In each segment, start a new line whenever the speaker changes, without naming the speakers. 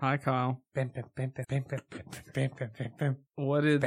Hi, Kyle. What did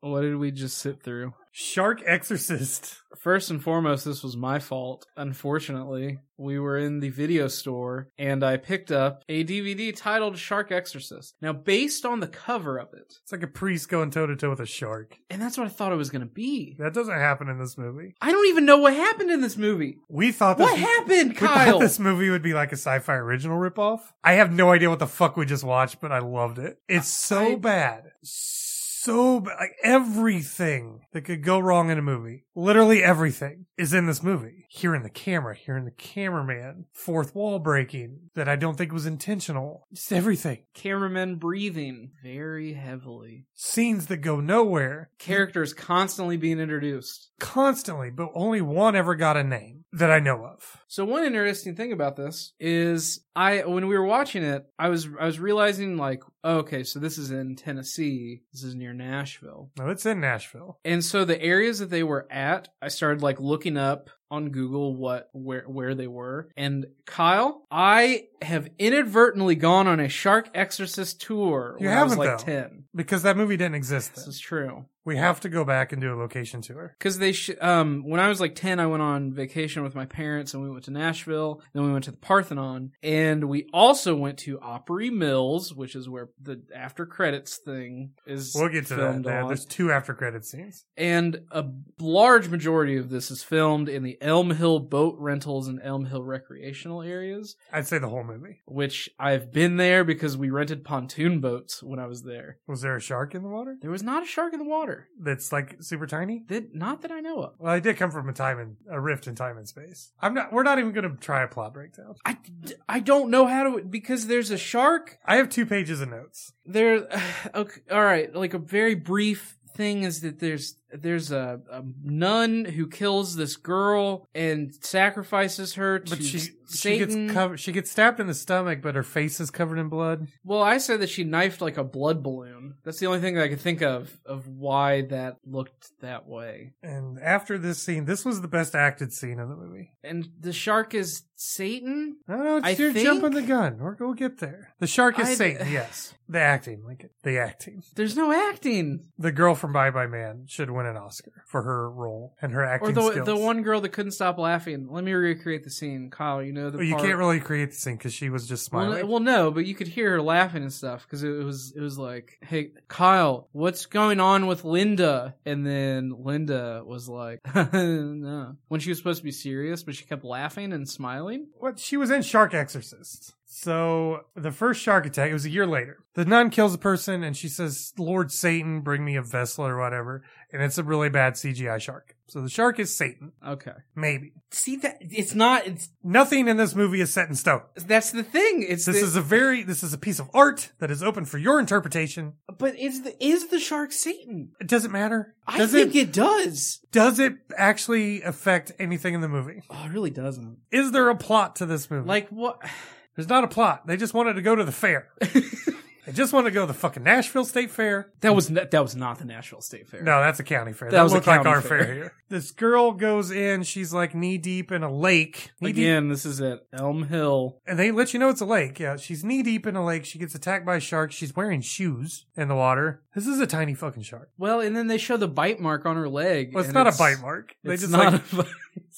what did we just sit through?
Shark Exorcist.
First and foremost, this was my fault. Unfortunately, we were in the video store and I picked up a DVD titled Shark Exorcist. Now, based on the cover of it,
It's like a priest going toe to toe with a shark.
and that's what I thought it was going to be.
That doesn't happen in this movie.
I don't even know what happened in this movie.
We thought this
What happened,
we thought
Kyle?
this movie would be like a sci-fi original ripoff. I have no idea what the fuck we just watched, but I loved it. It's so
I-
bad. So bad. Like everything that could go wrong in a movie, literally everything, is in this movie. Here in the camera, here in the cameraman, fourth wall breaking that I don't think was intentional. Just everything.
Cameramen breathing very heavily.
Scenes that go nowhere.
Characters constantly being introduced.
constantly, but only one ever got a name that I know of.
So one interesting thing about this is I when we were watching it, I was I was realizing like, oh, okay, so this is in Tennessee. This is near Nashville.
No, it's in Nashville.
And so the areas that they were at, I started like looking up on Google what where where they were. And Kyle, I have inadvertently gone on a shark exorcist tour
You
when I was
haven't,
like
though.
10.
Because that movie didn't exist
This
then.
is true.
We have to go back and do a location tour.
Because they, sh- um, when I was like 10, I went on vacation with my parents and we went to Nashville. Then we went to the Parthenon. And we also went to Opry Mills, which is where the after credits thing is.
We'll get to that.
filmed
Dan.
on.
There's two after credit scenes.
And a large majority of this is filmed in the Elm Hill boat rentals and Elm Hill recreational areas,
I'd say the whole movie.
which I've been there because we rented pontoon boats when I was there.
Was there a shark in the water?
There was not a shark in the water.
That's like super tiny.
That, not that I know of.
Well, I did come from a time in a rift in time and space. I'm not. We're not even going to try a plot breakdown.
I, I don't know how to, because there's a shark
I have two pages of notes.
there okay, all right like a very brief thing is that there's there's a, a nun who kills this girl and sacrifices her to
But she she
Satan.
gets covered. She gets stabbed in the stomach, but her face is covered in blood.
well, I said that she knifed like a blood balloon. That's the only thing that I could think of of why that looked that way.
And after this scene, this was the best acted scene in the movie.
And the shark is Satan.
No, no, it's
I
you're jumping the
think-
gun. We're, we'll get there. The shark is
I-
Satan. Yes, the acting, like the acting.
There's no acting,
The girl from Bye Bye Man should win an Oscar for her role and her acting
or the
skills.
the one girl that couldn't stop laughing. Let me recreate the scene, Kyle. You know the
Well, Oh, you
part-
can't really create the scene because she was just
Well,
smiling.
no- well, no, but you could hear her laughing and stuff because it was it was like, "Hey, Kyle, what's going on with Linda?" And then Linda was like, "No," when she was supposed to be serious, but she kept laughing and smiling.
What she was in Shark Exorcist. So the first shark attack, it was a year later. The nun kills a person and she says, Lord Satan, bring me a vessel or whatever. And it's a really bad CGI shark. So the shark is Satan.
Okay,
Maybe.
see that it's not. It's
Nothing in this movie is set in stone.
that's the thing. It's
This
the-
is a very this is a piece of art that is open for your interpretation.
but is the is the shark Satan?
It doesn't matter.
I
Does
think
it,
it does.
does it actually affect anything in the movie?
Oh, it really doesn't.
Is there a plot to this movie?
Like what?
there's not a plot. They just wanted to go to the fair. they just wanted to go to the fucking Nashville State Fair.
That was not, that was not the Nashville State Fair.
No, that's a county fair.
That
That,
was a
looked like
county
our
fair.
fair. here. This girl goes in. She's like knee deep in a lake. Knee deep-
Again, this is at Elm Hill.
and they let you know it's a lake. Yeah, she's knee deep in a lake. She gets attacked by a shark. She's wearing shoes in the water. This is a tiny fucking shark.
Well, and then they show the bite mark on her leg.
Well,
and
it's not a bite mark. They
it's
just
not
like
a bite-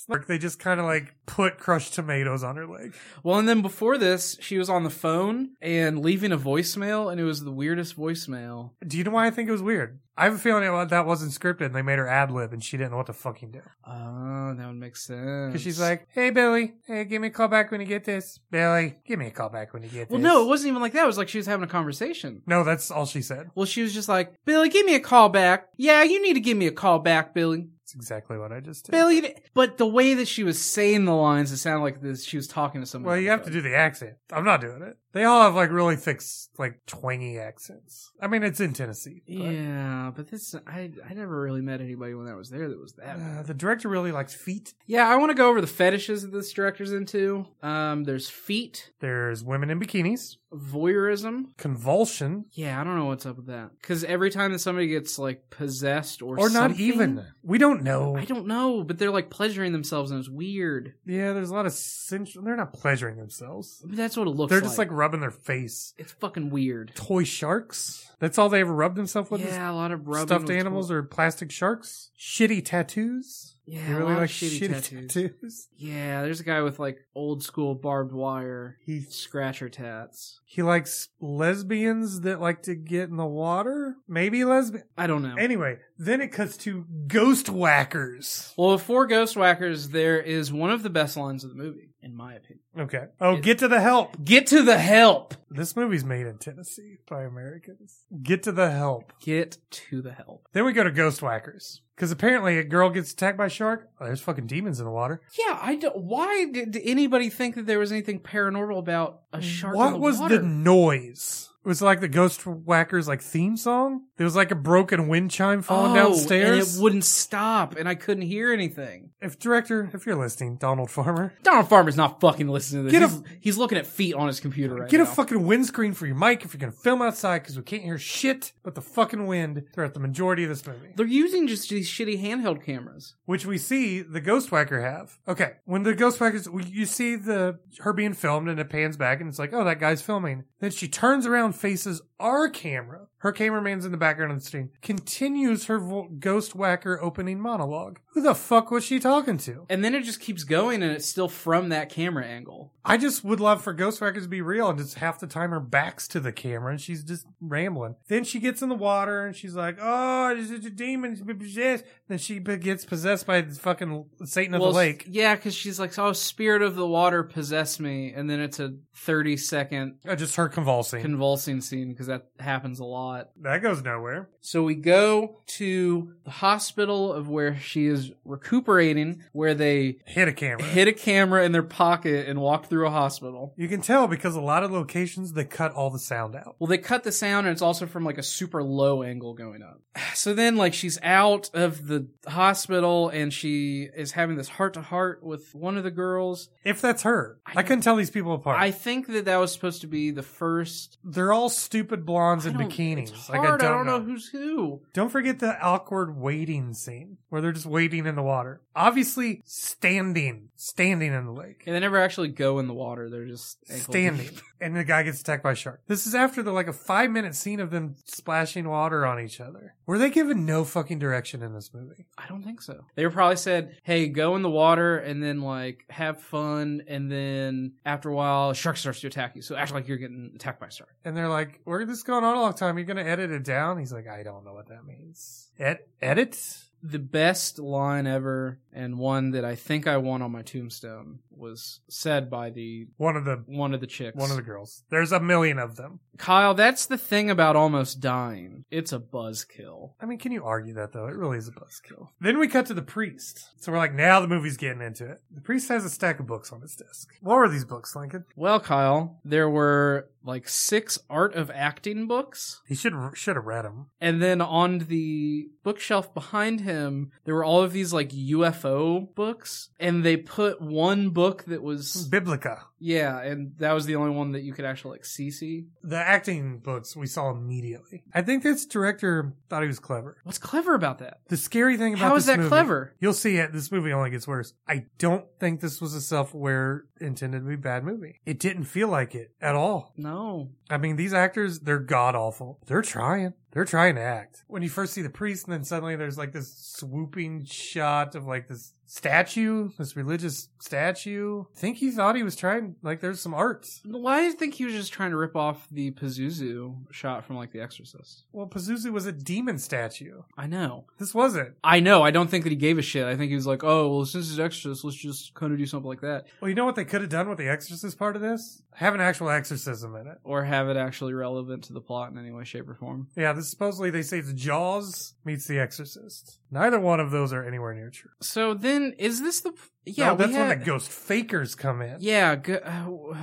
Like, They just kind of like put crushed tomatoes on her leg.
Well, and then before this, she was on the phone and leaving a voicemail, and it was the weirdest voicemail.
Do you know why I think it was weird? I have a feeling it, wa- that wasn't scripted and they made her ad lib and she didn't know what to fucking do.
Oh, that would make sense.
Because she's like, hey, Billy, hey, give me a call back when you get this. Billy, give me a call back when you get
well,
this.
no, it wasn't even like that. It was like she was having a conversation.
No, that's all she said.
Well, she was just like, Billy, give me a call back. Yeah, you need to give me a call back, Billy.
That's exactly what I just did.
Billy. d-" But the way that she was saying the lines, it sounded like this. She was talking to somebody.
Well,
on
you
the
have to
phone.
do the accent. I'm not doing it. They all have like really thick, s- like twangy accents. I mean, it's in Tennessee. but-
Yeah, but this I I never really met anybody when I was there that was that.
Uh,
bad.
the director really likes feet.
Yeah, I want to go over the fetishes that this director's into. Um, there's feet,
There's women in bikinis,
voyeurism.
convulsion,
Yeah, I don't know what's up with that. Because every time that somebody gets like possessed or
or not
something-
even. We don't don't know.
I don't know, but they're like pleasuring themselves, and it's weird.
yeah, there's a lot of sensual. They're not pleasuring themselves.
I mean, that's what it looks.
They're
like.
just like rubbing their face.
it's fucking weird.
Toy sharks. That's all they ever rubbed themselves with. is
yeah, a lot of rubbing
stuffed
with
animals
toy-
or plastic sharks. Shitty tattoos.
yeah,
They
a
really
lot
like
of shitty, tattoos.
tattoos.
Yeah, there's a guy with like old school barbed wire
He
scratcher tats.
he likes lesbians that like to get in the water. Maybe lesbian.
I don't know.
Anyway, then it cuts to ghost whackers.
well, for Ghostwhackers, there is one of the best lines of the movie, in my opinion.
Okay. Oh, get to the help.
Get to the help.
This movie's made in Tennessee by Americans. Get to the help.
Get to the help.
Then we go to ghost whackers because apparently a girl gets attacked by a shark. Oh, there's fucking demons in the water.
Yeah, I don't. Why did did anybody think that there was anything paranormal about a shark?
What
in the
was
water?
the noise? It was like the Ghost Whackers like theme song. There was like a broken wind chime falling
Oh,
downstairs.
And it wouldn't stop, and I couldn't hear anything.
if director, if you're listening, Donald Farmer,
Donald Farmer's not fucking listening to this.
Get a-
he's, he's looking at feet on his computer right
get
now.
a fucking windscreen for your mic if you're gonna film outside because we can't hear shit but the fucking wind throughout the majority of this movie,
They're using just these shitty handheld cameras.
which we see the Ghost Whacker have. Okay, when the Ghost Whackers, we- you see the her being filmed and it pans back and it's like, oh, that guy's filming. Then she turns around, faces our camera. Her cameraman's in the background of the screen. Continues her vo- Ghost Whacker opening monologue. Who the fuck was she talking to?
And then it just keeps going, and it's still from that camera angle.
I just would love for Ghost Records to be real and just half the time her back's to the camera and she's just rambling. Then she gets in the water and she's like, oh, there's a demon. it's been possessed." Then she be- gets possessed by the fucking Satan of
Well,
the lake.
Yeah, because she's like, oh, spirit of the water, possess me. And then it's a 30 second
Uh, just her convulsing.
convulsing scene because that happens a lot.
that goes nowhere.
So we go to the hospital of where she is recuperating, where they
Hit a camera.
hit a camera in their pocket and walk through a hospital.
you can tell because a lot of locations they cut all the sound out.
Well, they cut the sound, and it's also from like a super low angle going up. So then, like, she's out of the hospital, and she is having this heart to heart with one of the girls.
If that's her,
I
I, couldn't tell these people apart.
I think that that was supposed to be the first.
They're all stupid blondes in
I don't-
bikinis.
It's
like
hard. I don't know who's who.
Don't forget the awkward waiting scene where they're just waiting in the water. Obviously, standing, standing in the lake,
And they never actually go in the water. They're just ankle
standing,
deep.
and the guy gets attacked by a shark. This is after the like a five minute scene of them splashing water on each other. Were they given no fucking direction in this movie?
I don't think so. They were probably said, "Hey, go in the water and then like have fun, and then after a while, a shark starts to attack you. So act like you're getting attacked by a shark."
And they're like, "We're just going on a long time. You're gonna edit it down." He's like, "I don't know what that means." Ed- edit?
the best line ever and one that I think I want on my tombstone was said by the
One of the
one of the chicks.
one of the girls. There's a million of them.
Kyle, that's the thing about almost dying. It's a buzzkill.
I mean, can you argue that though? It really is a buzzkill. Then we cut to the priest. So we're like, now the movie's getting into it. The priest has a stack of books on his desk. What were these books, Lincoln?
Well, Kyle, there were like six art of acting books.
He should should have read them.
And then on the bookshelf behind him, there were all of these like UFO books. And they put one book that
Hmm.
was,
Biblica.
yeah, and that was the only one that you could actually like see. see.
The acting books we saw immediately. I think this director thought he was clever.
What's clever about that?
The scary thing about
How
this
is that
movie-
clever?
You'll see it. This movie only gets worse. I don't think this was a self-aware intended to be bad movie. It didn't feel like it at all.
No.
I mean, these actors, they're god awful. They're trying. They're trying to act. When you first see the priest, and then suddenly there's like this swooping shot of like this statue, this religious statue. I think he thought he was trying, like, there's some art.
Well, I think he was just trying to rip off the Pazuzu shot from like The Exorcist.
Well, Pazuzu was a demon statue.
I know.
This wasn't.
I know. I don't think that he gave a shit. I think he was like, oh, well, since it's Exorcist, let's just kind of do something like that.
Well, you know what they could have done with the exorcist part of this? Have an actual exorcism in it.
Or have it actually relevant to the plot in any way, shape, or form.
Yeah, this supposedly they say it's Jaws meets The Exorcist. Neither one of those are anywhere near true.
So then, is this the. Yeah,
Yeah,
we
that's when
had-
the ghost fakers come in
Yeah, go- uh,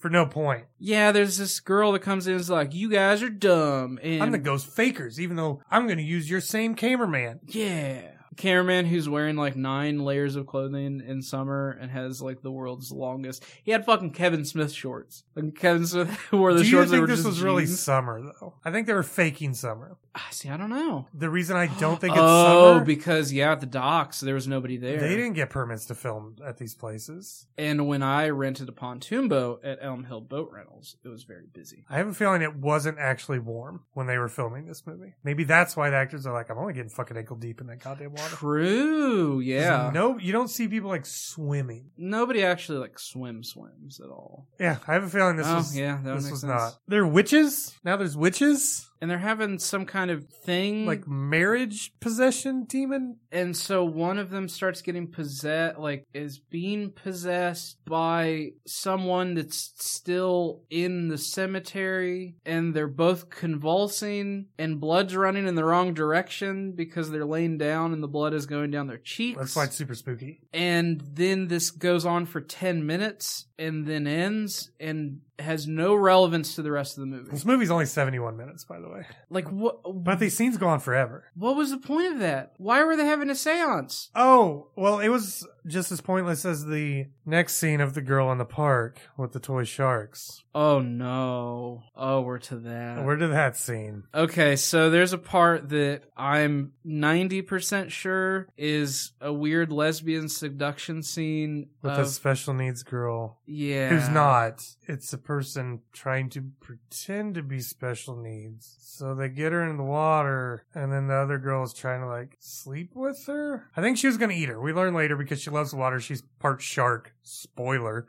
for no point.
yeah. There's this girl that comes in and is like, "You guys are dumb," and
I'm the ghost fakers, even though I'm going to use your same cameraman.
yeah, cameraman who's wearing like nine layers of clothing in summer and has like the world's longest. He had fucking Kevin Smith shorts. Like Kevin Smith wore the
Do you
shorts. that
think
were
this
just
was really
jeans.
summer though? I think they were faking summer.
Ah, See, I don't know.
The reason I don't think it's
oh,
summer,
because yeah, at the docks there was nobody there.
they didn't get permits to film at these places.
And when I rented a pontoon boat at Elm Hill Boat Rentals, it was very busy.
I have a feeling it wasn't actually warm when they were filming this movie. Maybe that's why the actors are like, I'm only getting fucking ankle deep in that goddamn water.
True.
'Cause
Yeah.
No, you don't see people like swimming.
Nobody actually like swim swims at all.
Yeah, I have a feeling this
oh
was.
yeah, that would
This
make
was
sense.
not. They're witches. Now there's witches.
And they're having some kind of thing
Like marriage possession demon.
and so one of them starts getting possessed like is being possessed by someone that's still in the cemetery and they're both convulsing and blood's running in the wrong direction because they're laying down and the blood is going down their cheeks
That's why it's super spooky.
and then this goes on for 10 minutes and then ends and has no relevance to the rest of the movie
This movie's only 71 minutes, by the way.
like what
But these scenes go on forever.
what was the point of that why were they having a séance
Oh, well, it was just as pointless as the next scene of the girl in the park with the toy sharks.
Oh no. Oh, we're to that.
Where did that scene?
okay, so there's a part that I'm 90% sure is a weird lesbian seduction scene
With
of,
the special needs girl.
yeah.
Who's not? It's a person trying to pretend to be special needs. So they get her in the water, and then the other girl is trying to like sleep with her. I think she was gonna eat her. We learn later because she loves water. She's part shark. Spoiler.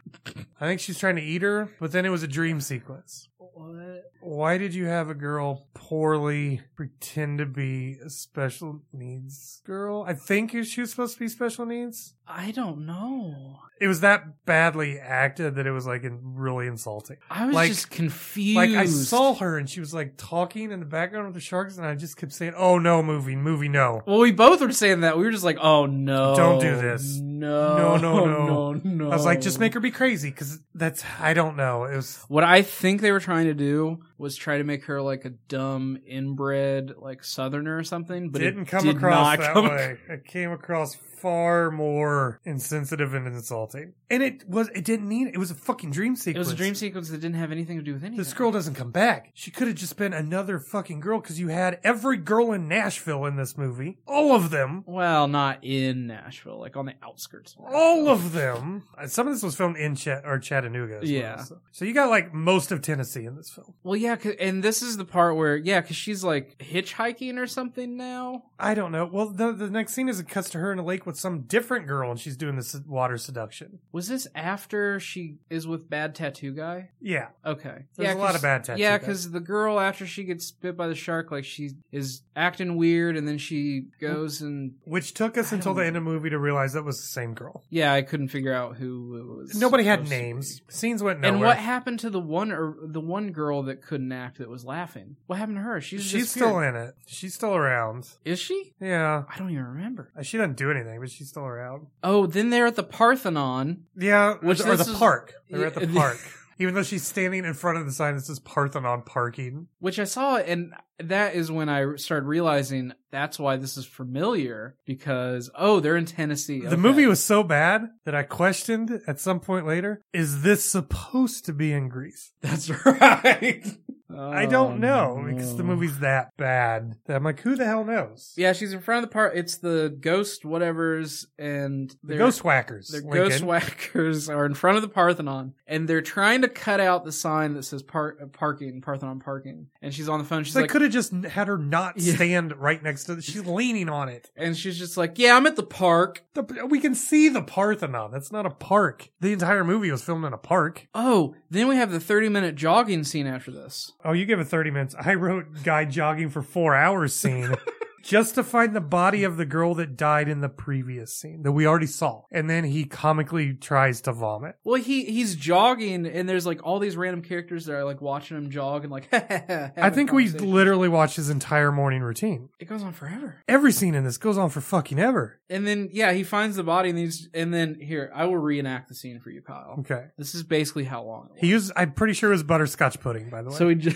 I think she's trying to eat her, but then it was a dream sequence.
What?
Why did you have a girl poorly pretend to be a special needs girl? I think she was supposed to be special needs
I don't know.
it was that badly acted that it was like in, really insulting.
I was
Like-
just confused.
Like I saw her and she was like talking in the background with the sharks, and I just kept saying, "Oh no, movie, movie, no."
Well, we both were saying that. We were just like, "Oh no.
Don't do this.
No.
No, no, no.
No, no.
I was like, "Just make her be crazy," because that's I don't know. It was
What I think they were trying to do was try to make her like a dumb inbred like southerner or something, but
didn't
it
come
did
across
not
that
come
way. It came across far more insensitive and insulting, and it was it didn't need it was a fucking dream
It
sequence.
was a dream sequence that didn't have anything to do with anything.
This girl doesn't come back. She could have just been another fucking girl because you had every girl in Nashville in this movie, all of them.
Well, not in Nashville, like on the
Oh!
outskirts. Nashville.
all of them. Uh, Some of this was filmed in Ch- or Chattanooga. As
Yeah.
Well, so. so you got like most of Tennessee in this film.
Well, yeah, 'cause- and this is the part where yeah, because she's like hitchhiking or something now.
I don't know. Well, the, the next scene is it cuts to her in a lake with some different girl, and she's doing this water seduction.
Was this after she is with bad tattoo guy?
Yeah,
Okay,
there's
yeah,
a lot
'cause-
of bad tattoos.
Yeah, because the girl after she gets bit by the shark, like she is acting weird, and then she goes and
which took us
I
until
don't-
the end of the movie to realize that was the same girl.
yeah, I couldn't figure out who it was.
Nobody had
supposed to be.
names. Scenes went nowhere.
And what happened to the one or the one girl that couldn't act that was laughing? What happened to her? She's
she's still in it. She's still around.
Is she?
Yeah,
I don't even remember.
Uh, she doesn't do anything, but she's still around.
Oh, then they're at the Parthenon.
Yeah,
Which
or
this
the
is-
park. They're at the
Yeah.
park. Even though she's standing in front of the sign that says Parthenon parking.
which I saw, and that is when I started realizing that's why this is familiar because oh, they're in Tennessee.
The movie was so bad that I questioned at some point later, is this supposed to be in Greece?
that's right. Oh,
I don't know because the movie's that bad that I'm like, who the hell knows?
Yeah, she's in front of the park. It's the ghost whatever's and
The
they're-
ghost whackers.
Their
Lincoln.
ghost whackers are in front of the Parthenon, and they're trying to cut out the sign that says par- uh, parking, Parthenon parking. And she's on the phone. She's
They
like,
could have just n- had her not
Yeah.
stand right next to the, she's leaning on it.
and she's just like, "Yeah, I'm at the park."
The- we can see the Parthenon. That's not a park. The entire movie was filmed in a park.
Oh, then we have the 30 minute jogging scene after this.
Oh, you give it 30 minutes. I wrote guy jogging for four hours scene just to find the body of the girl that died in the previous scene that we already saw. And then he comically tries to vomit.
Well, he he's jogging, and there's like all these random characters that are like watching him jog, and like,
I think we literally watched his entire morning routine.
it goes on forever.
Every scene in this goes on for fucking ever.
And then yeah, he finds the body, and he's and then here I will reenact the scene for you, Kyle.
Okay.
This is basically how long. It
He used, I'm pretty sure it was butterscotch pudding, by the way.
So he j-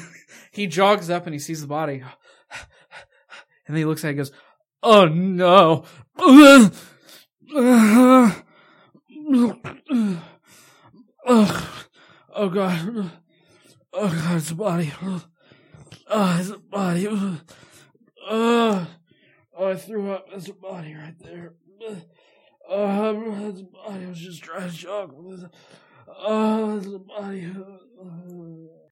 he jogs up and he sees the body, and then he looks at it and goes, Oh no. Oh, Ugh. Oh god. Oh god, it's a body. Oh, it's a body. Ugh. Oh, I threw up. That's a body right there. Oh, that's a body. I was just trying to shock. Oh, that's a body.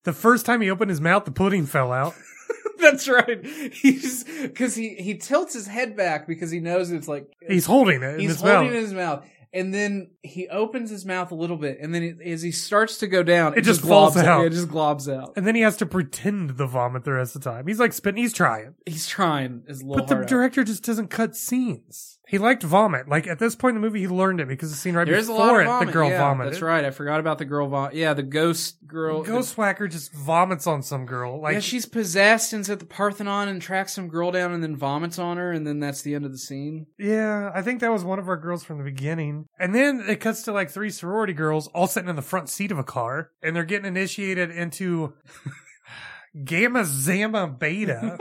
The first time he opened his mouth, the pudding fell out.
That's right. He's because he he tilts his head back because he knows it's like
He's holding it in
he's
his
holding
mouth.
it in his mouth, and then he opens his mouth a little bit, and then it, as he starts to go down,
It just falls
globs
out.
Yeah, it just globs out.
and then he has to pretend to vomit the rest of the time. He's like spitting. He's trying,
He's trying his little
but the
heart out.
director just doesn't cut scenes. He liked vomit. Like at this point in the movie, he learned it because the scene right
There's a lot
before
of
it,
vomit.
the girl
yeah,
vomited.
That's right. I forgot about the girl vom. Yeah, the ghost girl.
Ghostwhacker just vomits on some girl. Like
yeah, she's possessed and's at the Parthenon and tracks some girl down and then vomits on her, and then that's the end of the scene.
Yeah, I think that was one of our girls from the beginning. And then it cuts to like three sorority girls all sitting in the front seat of a car and they're getting initiated into Gamma Zama Beta.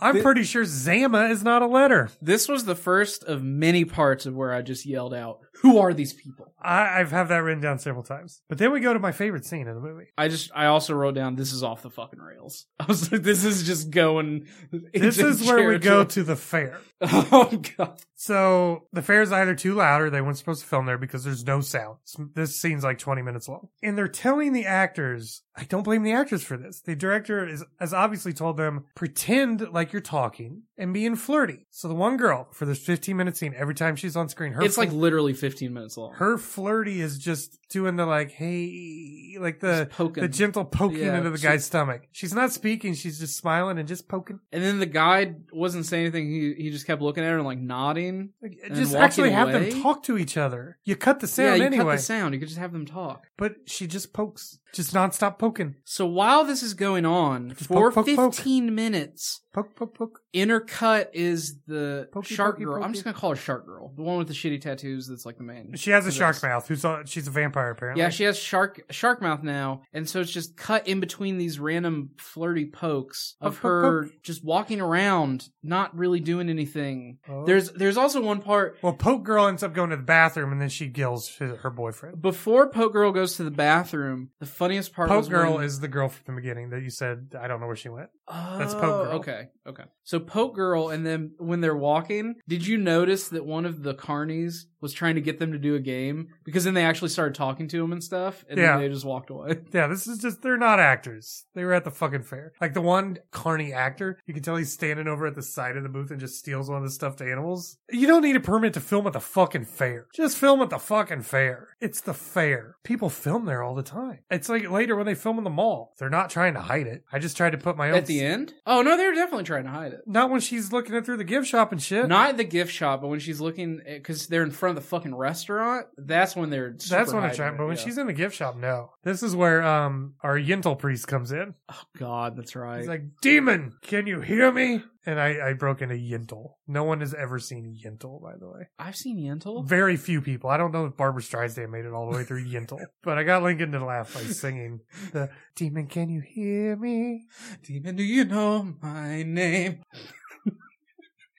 I'm
The-
pretty sure Zama is not a letter.
This was the first of many parts of where I just yelled out, "Who are these people?"
I, I've had that written down several times. But then we go to my favorite scene in the movie.
I just I also wrote down this is off the fucking rails. I was like, this is just going.
This
into
is where we go
territory.
to the fair.
Oh god!
So the fair is either too loud or they weren't supposed to film there because there's no sound. This scene's like 20 minutes long. And they're telling the actors, I don't blame the actors for this. The director is, has obviously told them, pretend like you're talking and being flirty. So the one girl for this 15 minute scene, every time she's on screen, her,
it's like
fl-
literally 15 minutes long.
her flirty is just doing the like, hey, like the,
Just poking.
the gentle poking
Yeah,
into the
she-
guy's stomach. She's not speaking. She's just smiling and just poking.
and then the guy wasn't saying anything. He he just kept looking at her and like nodding.
Like,
And
just
walking
actually have them
away?
talk to each other. You cut the
yeah,
sound
you
anyway.
cut the sound. You could just have them talk.
but she just pokes, just nonstop poking,
So while this is going on
Just
for
poke, poke, poke.
15 minutes,
poke, poke, poke.
intercut is the
Pokey,
shark
pokey,
girl. I'm
pokey.
just gonna call her shark girl, the one with the shitty tattoos. That's like the main.
She has a
Yes.
shark mouth. Who's a, she's a vampire apparently.
Yeah, she has shark shark mouth now, and so it's just cut in between these random flirty pokes of
Poke, poke,
her just walking around, not really doing anything.
Oh.
There's there's also one part
well, poke girl ends up going to the bathroom and then she gills his, her boyfriend.
before Poke Girl goes to the bathroom. The funniest part was
Poke girl
when-
is the girl from the beginning that you said I don't know where she went.
oh,
that's Poke Girl.
Okay, okay. So Poke Girl, and then when they're walking, did you notice that one of the carnies was trying to get them to do a game because then they actually started talking to him and stuff, and
Yeah.
then they just walked away.
Yeah, this is just they're not actors. They were at the fucking fair. Like the one carny actor, you can tell he's standing over at the side of the booth and just steals one of the stuffed animals. You don't need a permit to film at the fucking fair. Just film at the fucking fair. It's the fair. People film there all the time. It's like later when they film in the mall. They're not trying to hide it. I just tried to put my own
At the end? Oh no, they were definitely trying to hide it.
Not when she's looking it through the gift shop and shit.
Not at the gift shop, but when she's looking, because they're in front of the fucking restaurant. That's when they're. super
That's when I
hiding
tried,
it,
but when
yeah.
she's in the gift shop, no. This is where um our Yentl priest comes in.
oh god, that's right.
He's like, Demon, can you hear me? And I, I broke into Yentl. No one has ever seen Yentl, by the way.
I've seen Yentl.
Very few people. I don't know if Barbara Streisand made it all the way through Yentl, but I got Lincoln to laugh by singing the Demon, can you hear me?
Demon, do you know my name?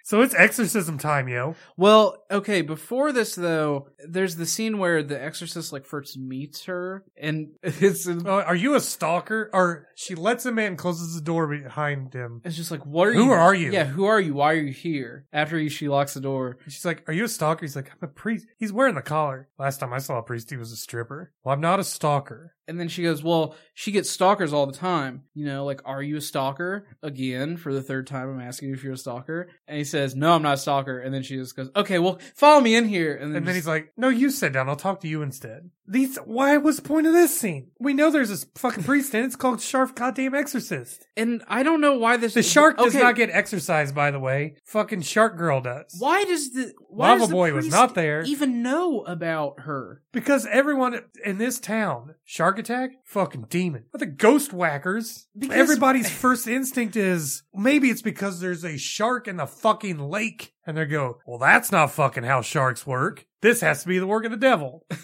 So it's exorcism time, yo.
Well, okay. Before this though, there's the scene where the exorcist like first meets her, and it's
Uh, are you a stalker? Or she lets him in, closes the door behind him.
it's just like, what are
Who
you?
are you?
Yeah, who are you? Why are you here? After he, she locks the door.
She's like, Are you a stalker? He's like, I'm a priest. He's wearing the collar. Last time I saw a priest, he was a stripper. Well, I'm not a stalker.
And then she goes, Well, she gets stalkers all the time. You know, like, are you a stalker? Again, for the third time, I'm asking you if you're a stalker. And he says, No, I'm not a stalker. And then she just goes, Okay, well, follow me in here. And then,
And then
just-
he's like, "No, you sit down. I'll talk to you instead." These. Why was the point of this scene? We know there's this fucking priest, and it's called Sharp Goddamn Exorcist.
And I don't know why this.
The shark does
Okay,
not get exercise, by the way. Fucking Shark Girl does.
Why does the. Why
Lava
does the
Boy was
priest
not there
Even know about her.
because everyone in this town, Shark Attack, fucking demon. But the ghost whackers,
Because-
everybody's first instinct is maybe it's because there's a shark in the fucking lake, and they go, "Well, that's not fucking how sharks work. This has to be the work of the devil."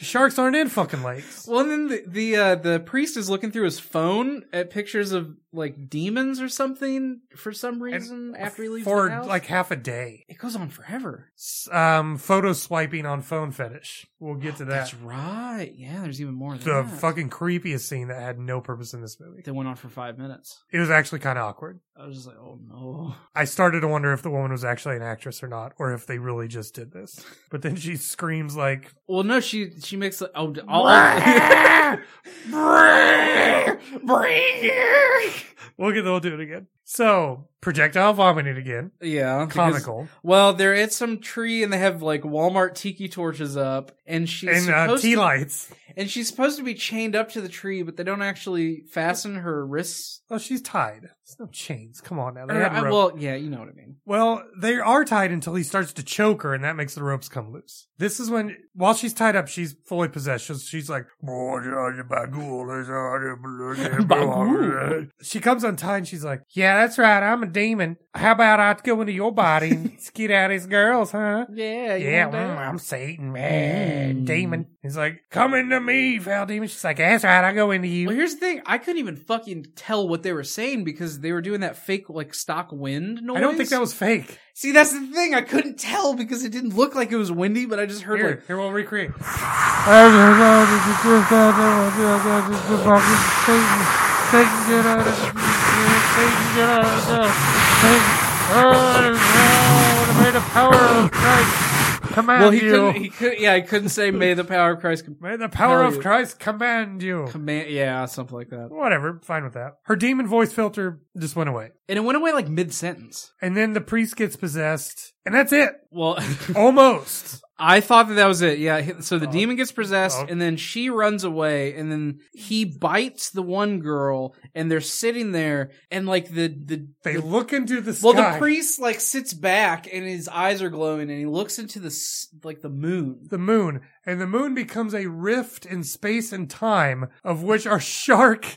Sharks aren't in fucking lakes.
Well, and then the the, uh, the priest is looking through his phone at pictures of like demons or something for some reason after he leaves
for
the house.
like half a day.
it goes on forever.
S- Um, photo swiping on phone fetish. We'll get to that.
Oh, That's right. Yeah, there's even more. Than
The
that.
fucking creepiest scene that had no purpose in this movie.
That went on for five minutes.
It was actually kind of awkward.
I was just like, oh no.
I started to wonder if the woman was actually an actress or not, or if they really just did this. But then she screams like,
Well, no, she she makes a- oh d- all of-
"Look at, they'll do it again." So projectile vomiting again,
yeah, because-
comical,
Well, they're at some tree and they have like Walmart tiki torches up, and she's
and uh,
supposed
tea
to-
lights.
and she's supposed to be chained up to the tree, but they don't actually fasten her wrists.
Oh, she's tied. There's no chains. Come on now. They
Or,
had
I-
rope.
well, yeah, you know what I mean.
Well, they are tied until he starts to choke her, and that makes the ropes come loose. This is when, while she's tied up, she's fully possessed. She's, she's like,
Bagul.
she comes untied, and she's like, "Yeah, that's right. I'm a demon. How about I go into your body and get out these girls, huh?"
Yeah, you
Yeah,
want
mm,
that?
I'm Satan, man,
Mm.
demon. He's like, "Come into me, foul demon." She's like, "That's right. I go into you."
Well, here's the thing. I couldn't even fucking tell what they were saying because they were doing that fake like stock wind noise.
I don't think that was fake.
See, that's the thing. I couldn't tell because it didn't look like it was windy, but I just heard like
Here, here we'll recreate.
well,
Command
he couldn't. He
you.
could. Yeah, he couldn't say "May the power of Christ com-
May the power
Hell
of
yeah.
Christ command you.
command." Yeah, something like that.
Whatever, fine with that. Her demon voice filter just went away.
And it went away like mid sentence.
And then the priest gets possessed, and that's it.
Well,
Almost.
I thought that that was it. Yeah. he- So the
Oh.
demon gets possessed,
Oh.
and then she runs away, and then he bites the one girl, and they're sitting there, and like the the
They
the-
look into the sky.
well, the priest like sits back, and his eyes are glowing, and he looks into the s- like the moon.
the moon, and the moon becomes a rift in space and time, of which our shark,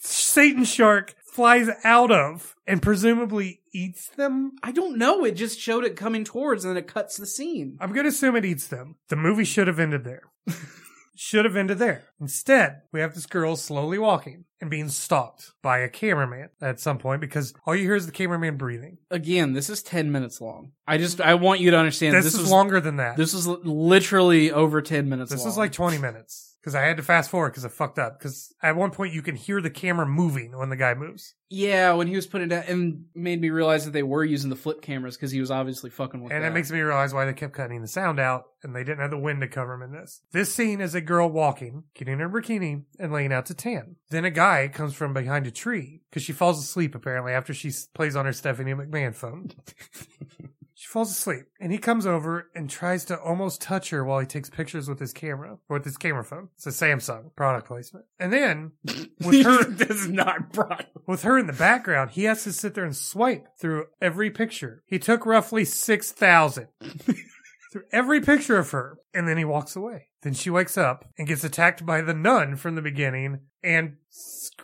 Satan shark, flies out of and presumably eats them.
I don't know. It just showed it coming towards, and then it cuts the scene.
I'm going to assume it eats them. The movie should have ended there. should have ended there. Instead, we have this girl slowly walking and being stalked by a cameraman at some point because all you hear is the cameraman breathing.
Again, this is ten minutes long. I just I want you to understand
this,
this,
is
was
longer than that.
This is li- literally over ten minutes.
This
long.
is like 20 minutes because I had to fast forward because I fucked up. Because at one point you can hear the camera moving when the guy moves,
yeah, when he was putting it down, and made me realize that they were using the flip cameras because he was obviously fucking with
and
that.
it makes me realize why they kept cutting the sound out and they didn't have the wind to cover him in this. This scene is a girl walking, getting in her bikini, and laying out to tan. Then a guy comes from behind a tree because she falls asleep apparently after she s- plays on her Stephanie McMahon phone. She falls asleep, and he comes over and tries to almost touch her while he takes pictures with his camera, or with his camera phone. It's a Samsung product placement. And then, with her,
this is not broad.
With her in the background, he has to sit there and swipe through every picture. He took roughly 6,000 through every picture of her, and then he walks away. Then she wakes up and gets attacked by the nun from the beginning and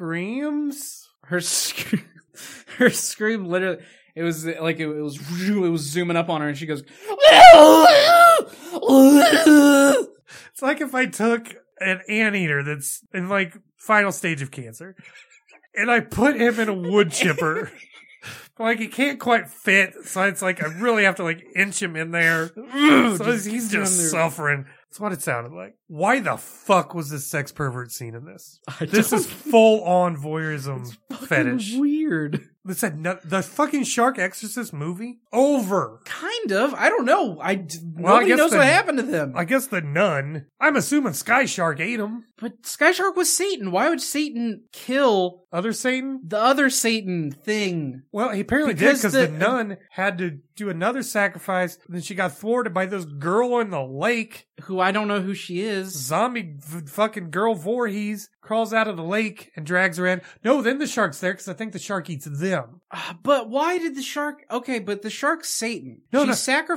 screams.
Her sc- her scream literally. It was like it, was it was zooming up on her, and she goes.
It's like if I took an anteater that's in like final stage of cancer and I put him in a wood chipper. like he can't quite fit, so it's like I really have to like inch him in there. so he's
down
just
there.
suffering. That's what it sounded like. Why the fuck was this sex pervert scene in this?
I
This
don't-
is full on voyeurism fetish.
weird.
This had no- the fucking Shark Exorcist movie over.
Kind of. I don't know. I d-
Well, I
nobody
guess
knows
the-
what happened to them.
I guess the nun. I'm assuming Sky Shark ate him.
but Sky Shark was Satan. Why would Satan kill
Other Satan.
the other Satan thing?
Well, he apparently
Because
did because the,
the-
nun had to do another sacrifice. And then she got thwarted by this girl in the lake.
Who I don't know who she
Mm.
is.
Zombie v- fucking girl Voorhees crawls out of the lake and drags her in. No, then the shark's there because I think the shark eats them. him.
Ah, But why did the shark? Okay, but the shark's Satan.
No,
she
no.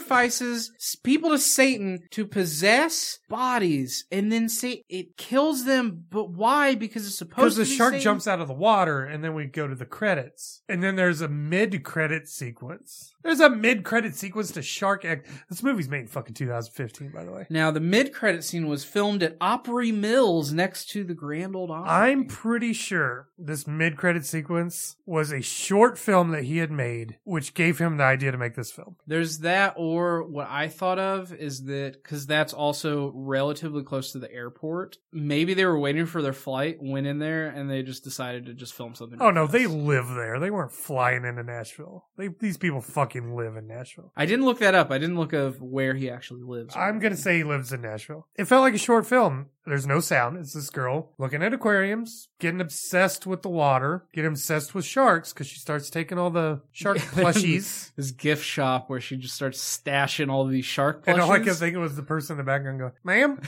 sacrifices s- people to Satan to possess bodies, and then say it kills them. But why? Because it's supposed
Because
to
the
be
shark
Satan?
jumps out of the water, and then we go to the credits, and then there's a mid-credit sequence. There's a mid-credit sequence to Shark Act. This movie's made in fucking 2015, by the way.
Now the mid-credit scene was filmed at Opry Mills next to the Grand Old Opry.
I'm pretty sure this mid-credit sequence was a short film that he had made, which gave him the idea to make this film.
There's that, or what I thought of is that because that's also relatively close to the airport. Maybe they were waiting for their flight, went in there, and they just decided to just film something.
Oh no,
ridiculous.
they live there. They weren't flying into Nashville. They, these people fucking live in Nashville.
I didn't look that up. I didn't look of where he actually lives.
I'm gonna say he lives in Nashville. It felt like a short film. There's no sound. It's this girl looking at aquariums, getting obsessed with the water, getting obsessed with sharks because she starts taking all the shark plushies.
this gift shop where she just starts stashing all these shark plushies.
And all I kept thinking was the person in the background going, "Ma'am,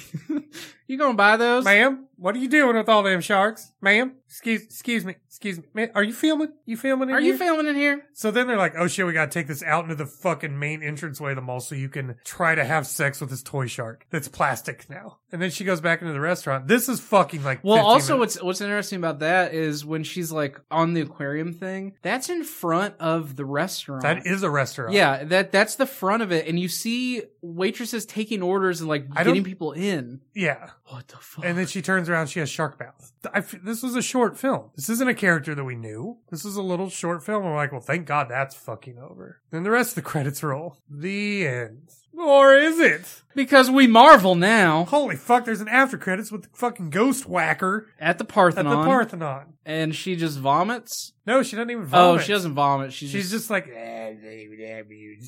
you gonna buy those?
ma'am, what are you doing with all them sharks, ma'am? Excuse, excuse me, excuse me. Ma- are you filming? You filming? in
Are you
here?"
filming in here?
So then they're like, oh shit, we gotta take this out into the fucking main entranceway of the mall so you can try to have sex with this toy shark that's plastic now. And then she goes back into the restaurant. This is fucking like.
Well,
15
also
minutes.
what's what's interesting about that is when she's like on the aquarium thing, that's in front of the restaurant.
That is a restaurant.
Yeah, that that's the front of it, and you see waitresses taking orders and like
I don't-
getting people in.
Yeah.
What the fuck?
And then she turns around, she has shark mouth. I f- this was a short film. This isn't a character that we knew. This is a little short film. We're like, well, thank God that's fucking over. Then the rest of the credits roll. The end. Or is it?
because we marvel now
Holy fuck, there's an after credits with the fucking ghost whacker
at the
at
Parthenon,
the Parthenon.
and she just vomits.
No, she doesn't even vomit.
Oh, she doesn't vomit. She
She's
just,
just like, "Eh,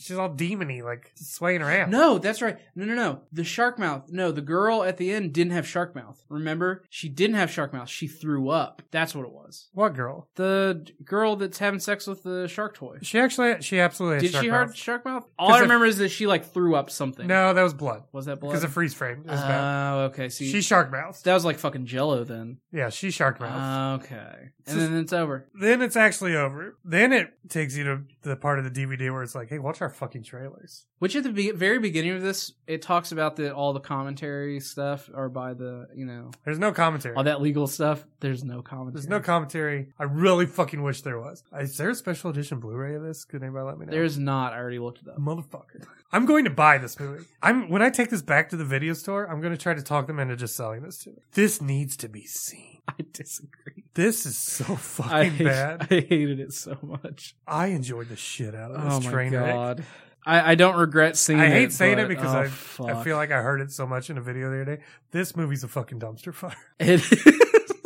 she's all demony, like swaying around.
no. That's right. No, no, no. The shark mouth. No, the girl at the end didn't have shark mouth. Remember, she didn't have shark mouth. She threw up. That's what it was.
What girl?
The d- girl that's having sex with the shark toy.
She actually, she absolutely. Had
Did
shark
she
mouth.
hurt shark mouth? All
'Cause
I
if-
remember is that she like threw up something.
No, that was blood
was that blood?
because of freeze frame. Is bad.
Oh, okay. See,
She shark mouthed.
That was like fucking Jello then. Ah,
Yeah, she shark
uh,
mouthed.
Okay,
This
and
is-
then it's over.
then it's actually over. Then it takes you to the part of the DVD where it's like, hey, watch our fucking trailers.
Which at the be- very beginning of this, it talks about that all the commentary stuff are by the you know
There's no commentary.
all that legal stuff. There's no commentary.
There's no commentary. I really fucking wish there was. Is there a special edition Blu-ray of this? Could anybody let me know?
There's not. I already looked it up.
motherfucker. I'm going to buy this movie. I'm when I take this back to the video store, I'm going to try to talk them into just selling this to me. This needs to be seen.
I disagree.
This is so fucking
I, hate-
bad.
I hated it so much.
I enjoyed the shit out of
Oh
this
my
train wreck.
god. I, I don't regret seeing
I
it.
hate saying it
but-
because
oh,
I I
fuck.
feel like I heard it so much in a video the other day. This movie's a fucking dumpster fire.
It is.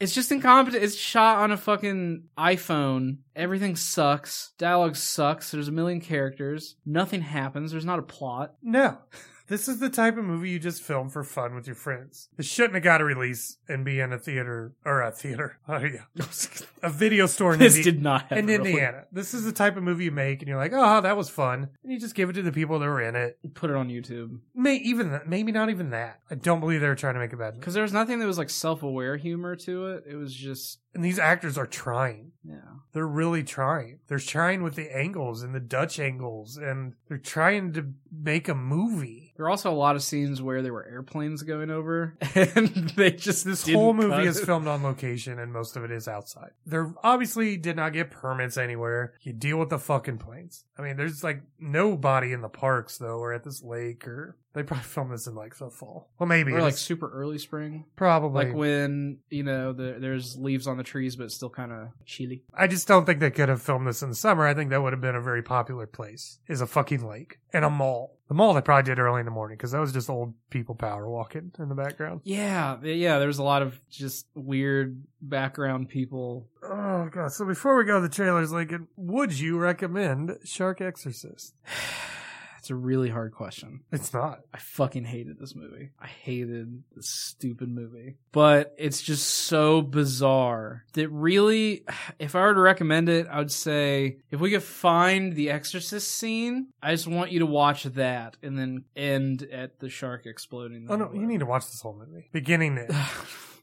It's just incompetent. It's shot on a fucking iPhone. Everything sucks. Dialogue sucks. There's a million characters. Nothing happens. There's not a plot.
No. This is the type of movie you just film for fun with your friends. It shouldn't have got a release and be in a theater or a theater. Oh yeah. A video store in
this
Indi-
did not happen.
in Indiana. This is the type of movie you make, and you're like, oh, that was fun. And you just give it to the people that were in it.
Put it on YouTube.
May even that, maybe not even that. I don't believe they were trying to make a bad movie.
Because there was nothing that was like self aware humor to it. It was just,
And these actors are trying.
yeah.
They're really trying. They're trying with the angles and the Dutch angles, and they're trying to make a movie.
There were also a lot of scenes where there were airplanes going over and they just.
This
didn't
whole movie
cut
is
it.
filmed on location, and most of it is outside. They're obviously did not get permits anywhere. You deal with the fucking planes. I mean, there's like nobody in the parks though, or at this lake, or they probably filmed this in like the fall. Well, maybe
Or like
it's-
super early spring.
probably.
Like when, you know, the, there's leaves on the trees, but it's still kind of chilly.
I just don't think they could have filmed this in the summer. I think that would have been a very popular place. Is a fucking lake and a mall. The mall they probably did early in the morning because that was just old people power walking in the background.
Yeah, th- yeah. There's a lot of just weird background people.
Oh god! So before we go to the trailers, Lincoln, would you recommend Shark Exorcist?
It's a really hard question.
It's not.
I fucking hated this movie. I hated this stupid movie. But it's just so bizarre that really, if I were to recommend it, I would say if we could find the Exorcist scene, I just want you to watch that and then end at the shark exploding.
Oh no, you need to watch this whole movie, beginning to end.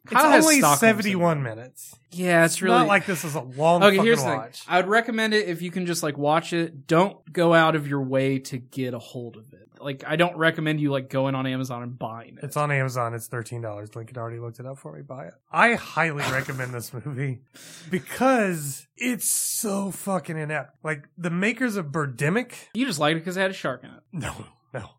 It's
Kyle has
only
Stockholm
seventy-one
syndrome.
minutes.
Yeah, it's
It's
really
not like this is a long
okay.
fucking
Here's the thing.
watch.
I would recommend it if you can just like watch it. Don't go out of your way to get a hold of it. Like I don't recommend you like going on Amazon and buying it.
It's on Amazon. It's thirteen dollars. Lincoln already looked it up for me. Buy it. I highly recommend this movie because it's so fucking inept. Like the makers of Birdemic.
you just liked it because it had a shark in it.
No, no.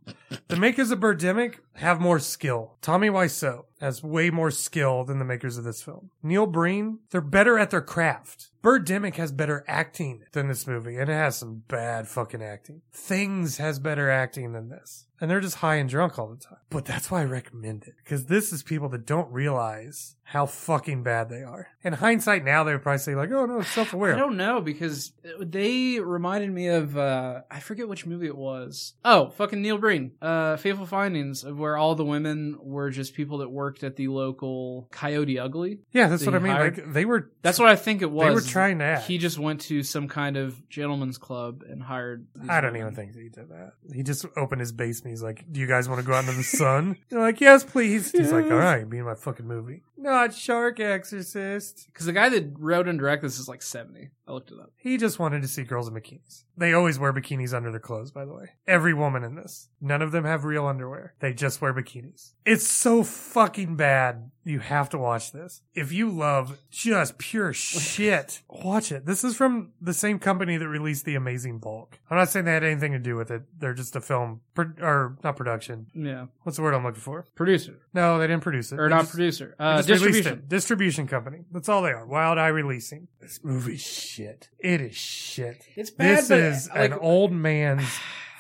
The makers of Birdemic have more skill. Tommy Wiseau has way more skill than the makers of this film. Neil Breen, they're better at their craft. Birdemic has better acting than this movie, and it has some bad fucking acting. Things has better acting than this. And they're just high and drunk all the time. But that's why I recommend it. Because this is people that don't realize how fucking bad they are. In hindsight now, they would probably say like, oh no, it's self-aware.
I don't know because they reminded me of uh I forget which movie it was. Oh, fucking Neil Breen. Uh Faithful Findings of where all the women were just people that worked at the local Coyote Ugly.
yeah, that's
They
what I mean.
hired-
like they were,
That's what I think it was.
they were trying to act.
He just went to some kind of gentleman's club and hired these
I don't
women.
even think that he did that. He just opened his basement. He's like, "Do you guys want to go out into the sun?" They're like, "Yes, please." He's like, "All right, be in my fucking movie." Not Shark Exorcist.
Because the guy that wrote and directed this is like 70. I looked it up.
He just wanted to see girls in bikinis. They always wear bikinis under their clothes, by the way. Every woman in this. None of them have real underwear. They just wear bikinis. It's so fucking bad. You have to watch this. If you love just pure shit, watch it. This is from the same company that released The Amazing Bulk. I'm not saying they had anything to do with it. They're just a film, pro- or not production.
Yeah.
What's the word I'm looking for?
Producer.
No, they didn't produce it.
Or
They
not
just-
producer.
they
Uh,
just released
distribution.
it. Distribution company. That's all they are. Wild Eye Releasing. This movie's shit. It is shit
It's bad,
this
but
is
like,
an old man's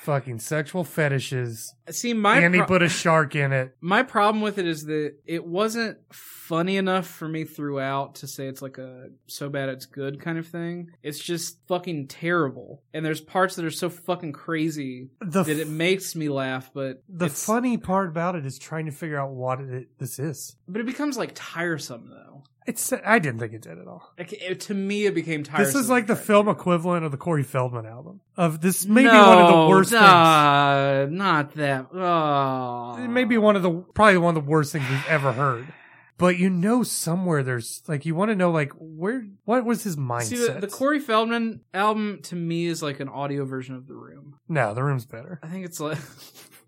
fucking sexual fetishes
see, my
and he
pro-
put a shark in it
my problem with it is that it wasn't funny enough for me throughout to say it's like a so bad it's good kind of thing. It's just fucking terrible. And there's parts that are so fucking crazy
the
that it
f-
makes me laugh, but
the
it's-
funny part about it is trying to figure out what it, this is
but it becomes like tiresome though.
it's i didn't think it did at all
Like it, to me, it became tiresome.
this is like the
Right.
film equivalent of the corey feldman album of this may be one of the
No,
worst things
nah, Not that. Oh.
it may be one of the probably one of the worst things we've ever heard but you know somewhere there's like you want to know like where what was his mindset
See, the, the Corey Feldman album to me is like an audio version of The Room.
no the room's better
I think it's like.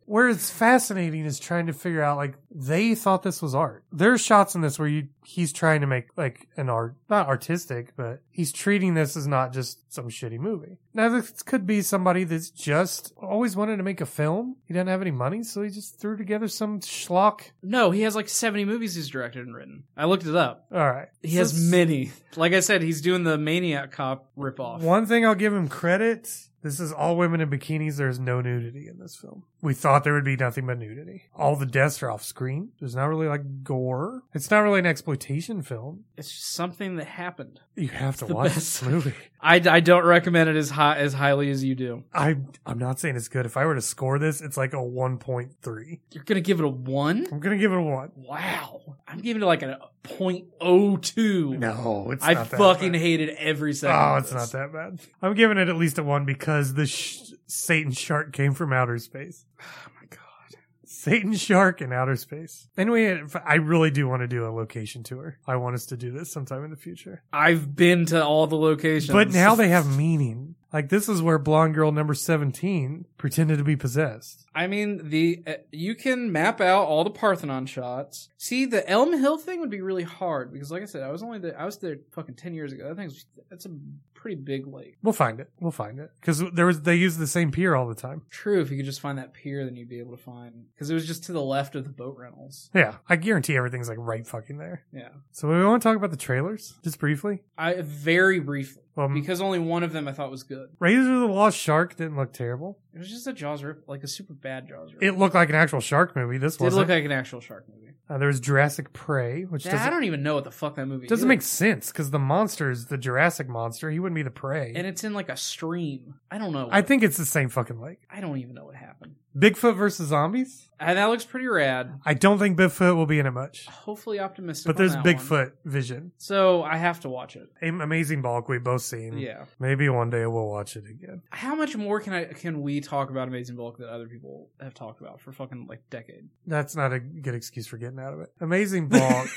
where it's fascinating is trying to figure out like they thought this was art. There's shots in this where you he's trying to make like an art not artistic, but he's treating this as not just some shitty movie. Now this could be somebody that's just always wanted to make a film. He didn't have any money, so he just threw together some schlock.
No, he has like 70 movies he's directed and written. I looked it up.
All right,
He has
So-
many. Like I said, he's doing the Maniac Cop ripoff.
One thing I'll give him credit. This is all women in bikinis. There is no nudity in this film. We thought there would be nothing but nudity. All the deaths are off screen. There's not really like gore. It's not really an exploitation film.
It's just something that happened.
You have to
the
watch
best.
this movie.
I, I don't recommend it as high, as highly as you do.
I'm I'm not saying it's good. If I were to score this, it's like a 1.3.
You're going to give it a 1?
I'm gonna give it a one.
Wow. I'm giving it like a 0.02.
No, it's
I
not that
fucking
bad.
hated every second.
Oh,
of
it's
this.
not that bad. I'm giving it at least a one because the sh- Satan shark came from outer space.
Oh my god.
Satan shark in outer space. Anyway, if- I really do want to do a location tour. I want us to do this sometime in the future.
I've been to all the locations.
But now they have meaning. Like this is where blonde girl number 17 pretended to be possessed.
I mean, the uh, you can map out all the Parthenon shots. See, the Elm Hill thing would be really hard because, like I said, I was only there, I was there fucking ten years ago. That thing's that's a pretty big lake.
We'll find it. We'll find it because there was they use the same pier all the time.
True, if you could just find that pier, then you'd be able to find because it was just to the left of the boat rentals.
Yeah, I guarantee everything's like right fucking there.
Yeah,
So we want to talk about the trailers just briefly.
I very briefly
Well,
because only one of them I thought was good.
Razor of the Lost Shark didn't look terrible.
It was just a Jaws rip, like a super bad Jaws rip.
It looked like an actual shark movie. This
did
was
look like an actual shark movie.
uh, there was Jurassic Prey, which
That- I
doesn't
don't even know what the fuck that movie
doesn't
is.
make sense because the monster is the Jurassic monster. He wouldn't be the prey.
and it's in like a stream. I don't know.
I think it's the same fucking lake.
I don't even know what happened.
Bigfoot versus zombies.
And that looks pretty rad.
I don't think Bigfoot will be in it much,
Hopefully optimistic.
but
on
there's
that one.
Bigfoot vision.
So I have to watch it.
Am- Amazing Bulk we've both seen.
Yeah.
Maybe one day we'll watch it again.
How much more can I can we talk about Amazing Bulk that other people have talked about for fucking like decade?
That's not a good excuse for getting out of it. Amazing Bulk.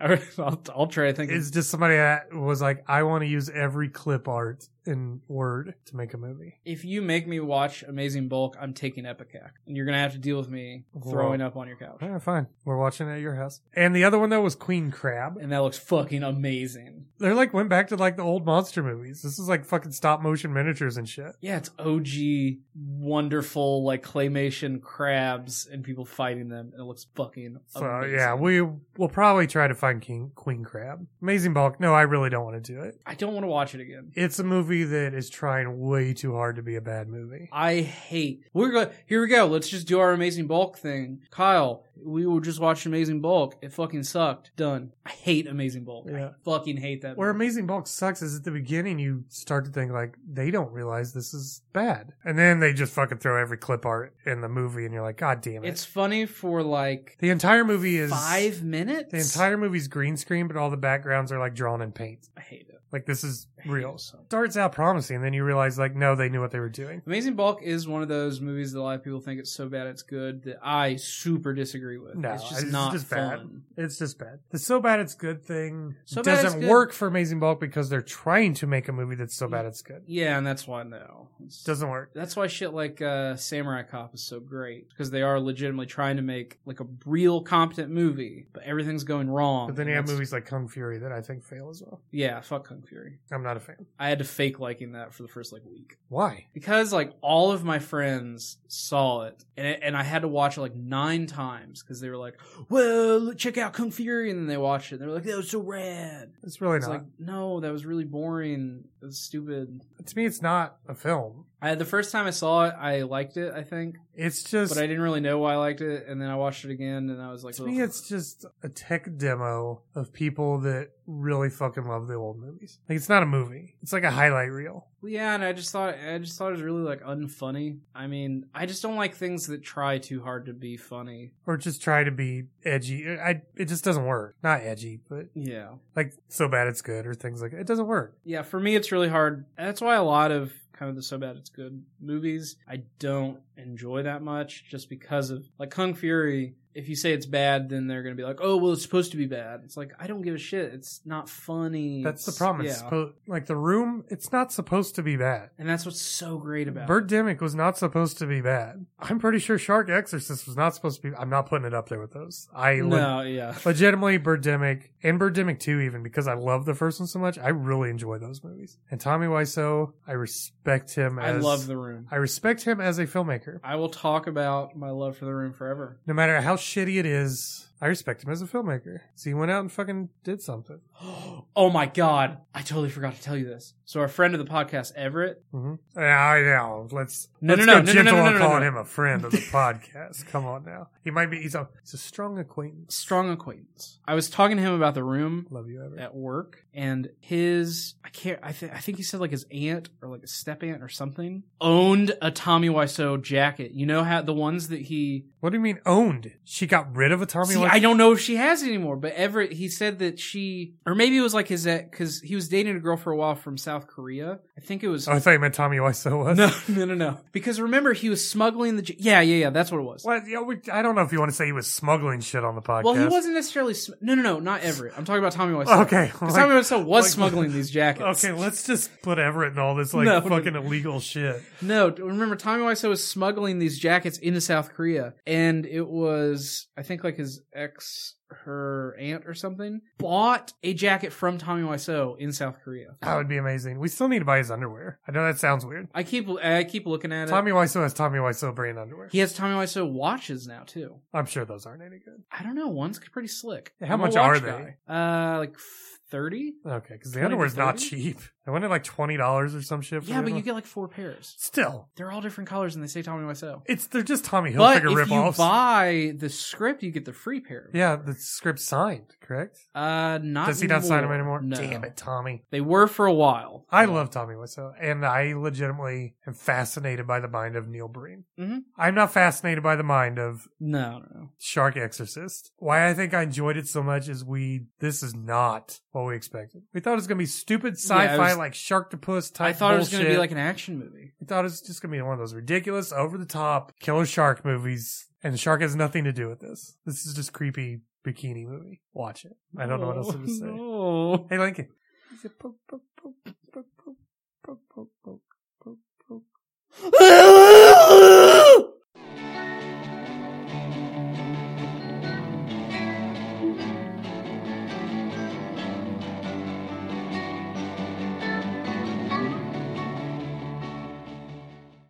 I'll, I'll try to think. of-
It's just somebody that was like, I want to use every clip art in Word to make a movie.
if you make me watch Amazing Bulk, I'm taking Epicac, and you're gonna have to deal with me throwing up on your couch.
Yeah, fine. We're watching it at your house. And the other one though was Queen Crab.
And that looks fucking amazing.
They like went back to like the old monster movies. This is like fucking stop motion miniatures and shit.
Yeah, it's OG wonderful like claymation crabs and people fighting them, and it looks fucking.
So
amazing.
yeah, we will probably try to find King Queen Crab. Amazing Bulk. No, I really don't want to do it.
I don't want to watch it again.
It's a movie that is trying way too hard to be a bad movie.
I hate. We're go. Here we go. Let's just do our Amazing Bulk thing. Kyle, we will just watch Amazing Bulk. It fucking sucked. Done. I hate Amazing Bulk.
Yeah.
I fucking hate that.
Where
movie.
Amazing Bulk sucks is at the beginning you start to think like they don't realize this is bad, and then they just fucking throw every clip art in the movie, and you're like, God damn it!
It's funny for like
the entire movie is
five minutes.
The entire movie's green screen, but all the backgrounds are like drawn in paint.
I hate it.
Like this is
I hate
real.
it so much.
Starts out promising, then you realize like no, they knew what they were doing.
Amazing Bulk is one of those movies that a lot of people think it's so bad it's good that I super disagree with.
No,
it's just
it's
not
just bad.
fun.
It's just bad. The so bad it's good thing
So Bad It's
doesn't
Good-
work for Amazing Bulk because they're trying to make a movie that's so bad it's good.
Yeah, and that's why no. It's-
Doesn't work.
That's why shit like uh, Samurai Cop is so great because they are legitimately trying to make like a real competent movie, but everything's going wrong.
But then
and
you have
that's-
movies like Kung Fury that I think fail as well.
Yeah, fuck Kung Fury.
I'm not a fan.
I had to fake liking that for the first like week
Why?
because like all of my friends saw it and it, and I had to watch it like nine times because they were like, "Well, check out Kung Fury," and then they watched it. and They were like, "That was so rad."
It's really
It's
not.
like, no, that was really boring. It was stupid.
to me, it's not a film.
I the first time I saw it, I liked it. I think,
It's just
but I didn't really know why I liked it. And then I watched it again, and I was like,
to me,
"Ugh."
it's just a tech demo of people that really fucking love the old movies. Like it's not a movie. It's like a highlight reel.
yeah. And I just thought, I just thought it was really like unfunny. I mean, I just don't like things that try too hard to be funny.
Or just try to be edgy. Uh, I it just doesn't work. Not edgy, but
Yeah,
like so bad it's good or things like it doesn't work.
yeah. For me, it's really hard. That's why a lot of kind of the so bad it's good movies I don't enjoy that much, just because of like Kung Fury. If you say it's bad, then they're gonna be like, "Oh, well, it's supposed to be bad." It's like I don't give a shit. It's not funny.
That's the
It's-
problem. It's
yeah.
suppo- like the room. It's not supposed to be bad.
And that's what's so great about it.
Birdemic was not supposed to be bad. I'm pretty sure Shark Exorcist was not supposed to be. I'm not putting it up there with those. I le-
No, yeah.
legitimately Birdemic and Birdemic 2 even because I love the first one so much. I really enjoy those movies. And Tommy Wiseau, I respect him
I
as
love the room.
I respect him as a filmmaker.
I will talk about my love for the room forever.
No matter how shitty it is, I respect him as a filmmaker. So he went out and fucking did something.
Oh my god. I totally forgot to tell you this. So our friend of the podcast, Everett.
Mm-hmm. I know. Let's
No,
let's
no, no,
go
no, no,
gentle
no, no,
on
no, no,
calling
no.
him a friend of the podcast. Come on now, he might be. He's a he's a strong acquaintance.
Strong acquaintance. I was talking to him about the room
Love you, Everett.
at work and his I can't I think I think he said like his aunt or like a step aunt or something owned a Tommy Wiseau jacket. You know how the ones that he
What do you mean owned? She got rid of a Tommy.
See,
Wiseau-
I don't know if she has it anymore, but Everett, he said that she, or maybe it was like his, because he was dating a girl for a while from South Korea. I think it was.
Oh, I thought you meant Tommy Wiseau was.
no, no, no, no. Because remember, he was smuggling the. j- Yeah, yeah, yeah. That's what it was.
Well, yeah, we, I don't know if you want to say he was smuggling shit on the podcast.
Well, he wasn't necessarily. Sm- no, no, no. Not Everett. I'm talking about Tommy Wiseau.
Okay.
'Cause
like-
Tommy Wiseau was
like-
smuggling these jackets.
okay, let's just put Everett in all this like
No.
fucking illegal shit.
No, d- remember Tommy Wiseau was smuggling these jackets into South Korea, and it was I think like his ex, her aunt or something, bought a jacket from Tommy Wiseau in South Korea.
That would be amazing. We still need to buy his underwear. I know that sounds weird.
I keep I keep looking at
Tommy Wiseau has Tommy Wiseau brand underwear.
it. He has Tommy Wiseau watches now too.
I'm sure those aren't any good.
I don't know. One's pretty slick.
How
I'm a
much are
watch
they?
guy. Uh, like thirty.
Okay,
20
because the
to
underwear's not
30?
cheap. I wanted like twenty dollars or some shit. For
Yeah,
the
but you
underwear.
get like four pairs.
still,
They're all different colors, and they say Tommy Wiseau.
it's they're just Tommy
But
Hilfiger
if you
ripoffs.
buy the script, you get the free pair.
yeah, the script's signed, correct?
Uh, not
Does he not sign them anymore?
No.
Damn it, Tommy.
They were for a while.
I love Tommy Wiseau, and I legitimately am fascinated by the mind of Neil Breen.
Mhm.
I'm not fascinated by the mind of
No, no, no.
Shark Exorcist. Why I think I enjoyed it so much is we this is not what we expected. We thought it was gonna be stupid
Yeah, it
sci-fi
was-
like Sharktopus type.
I thought it was going to be
bullshit.
like an action movie.
I thought it was just gonna be one of those ridiculous, over the top killer shark movies, and the shark has nothing to do with this. This is just creepy bikini movie. Watch it. I don't know what else to say.
No.
Hey, Lincoln.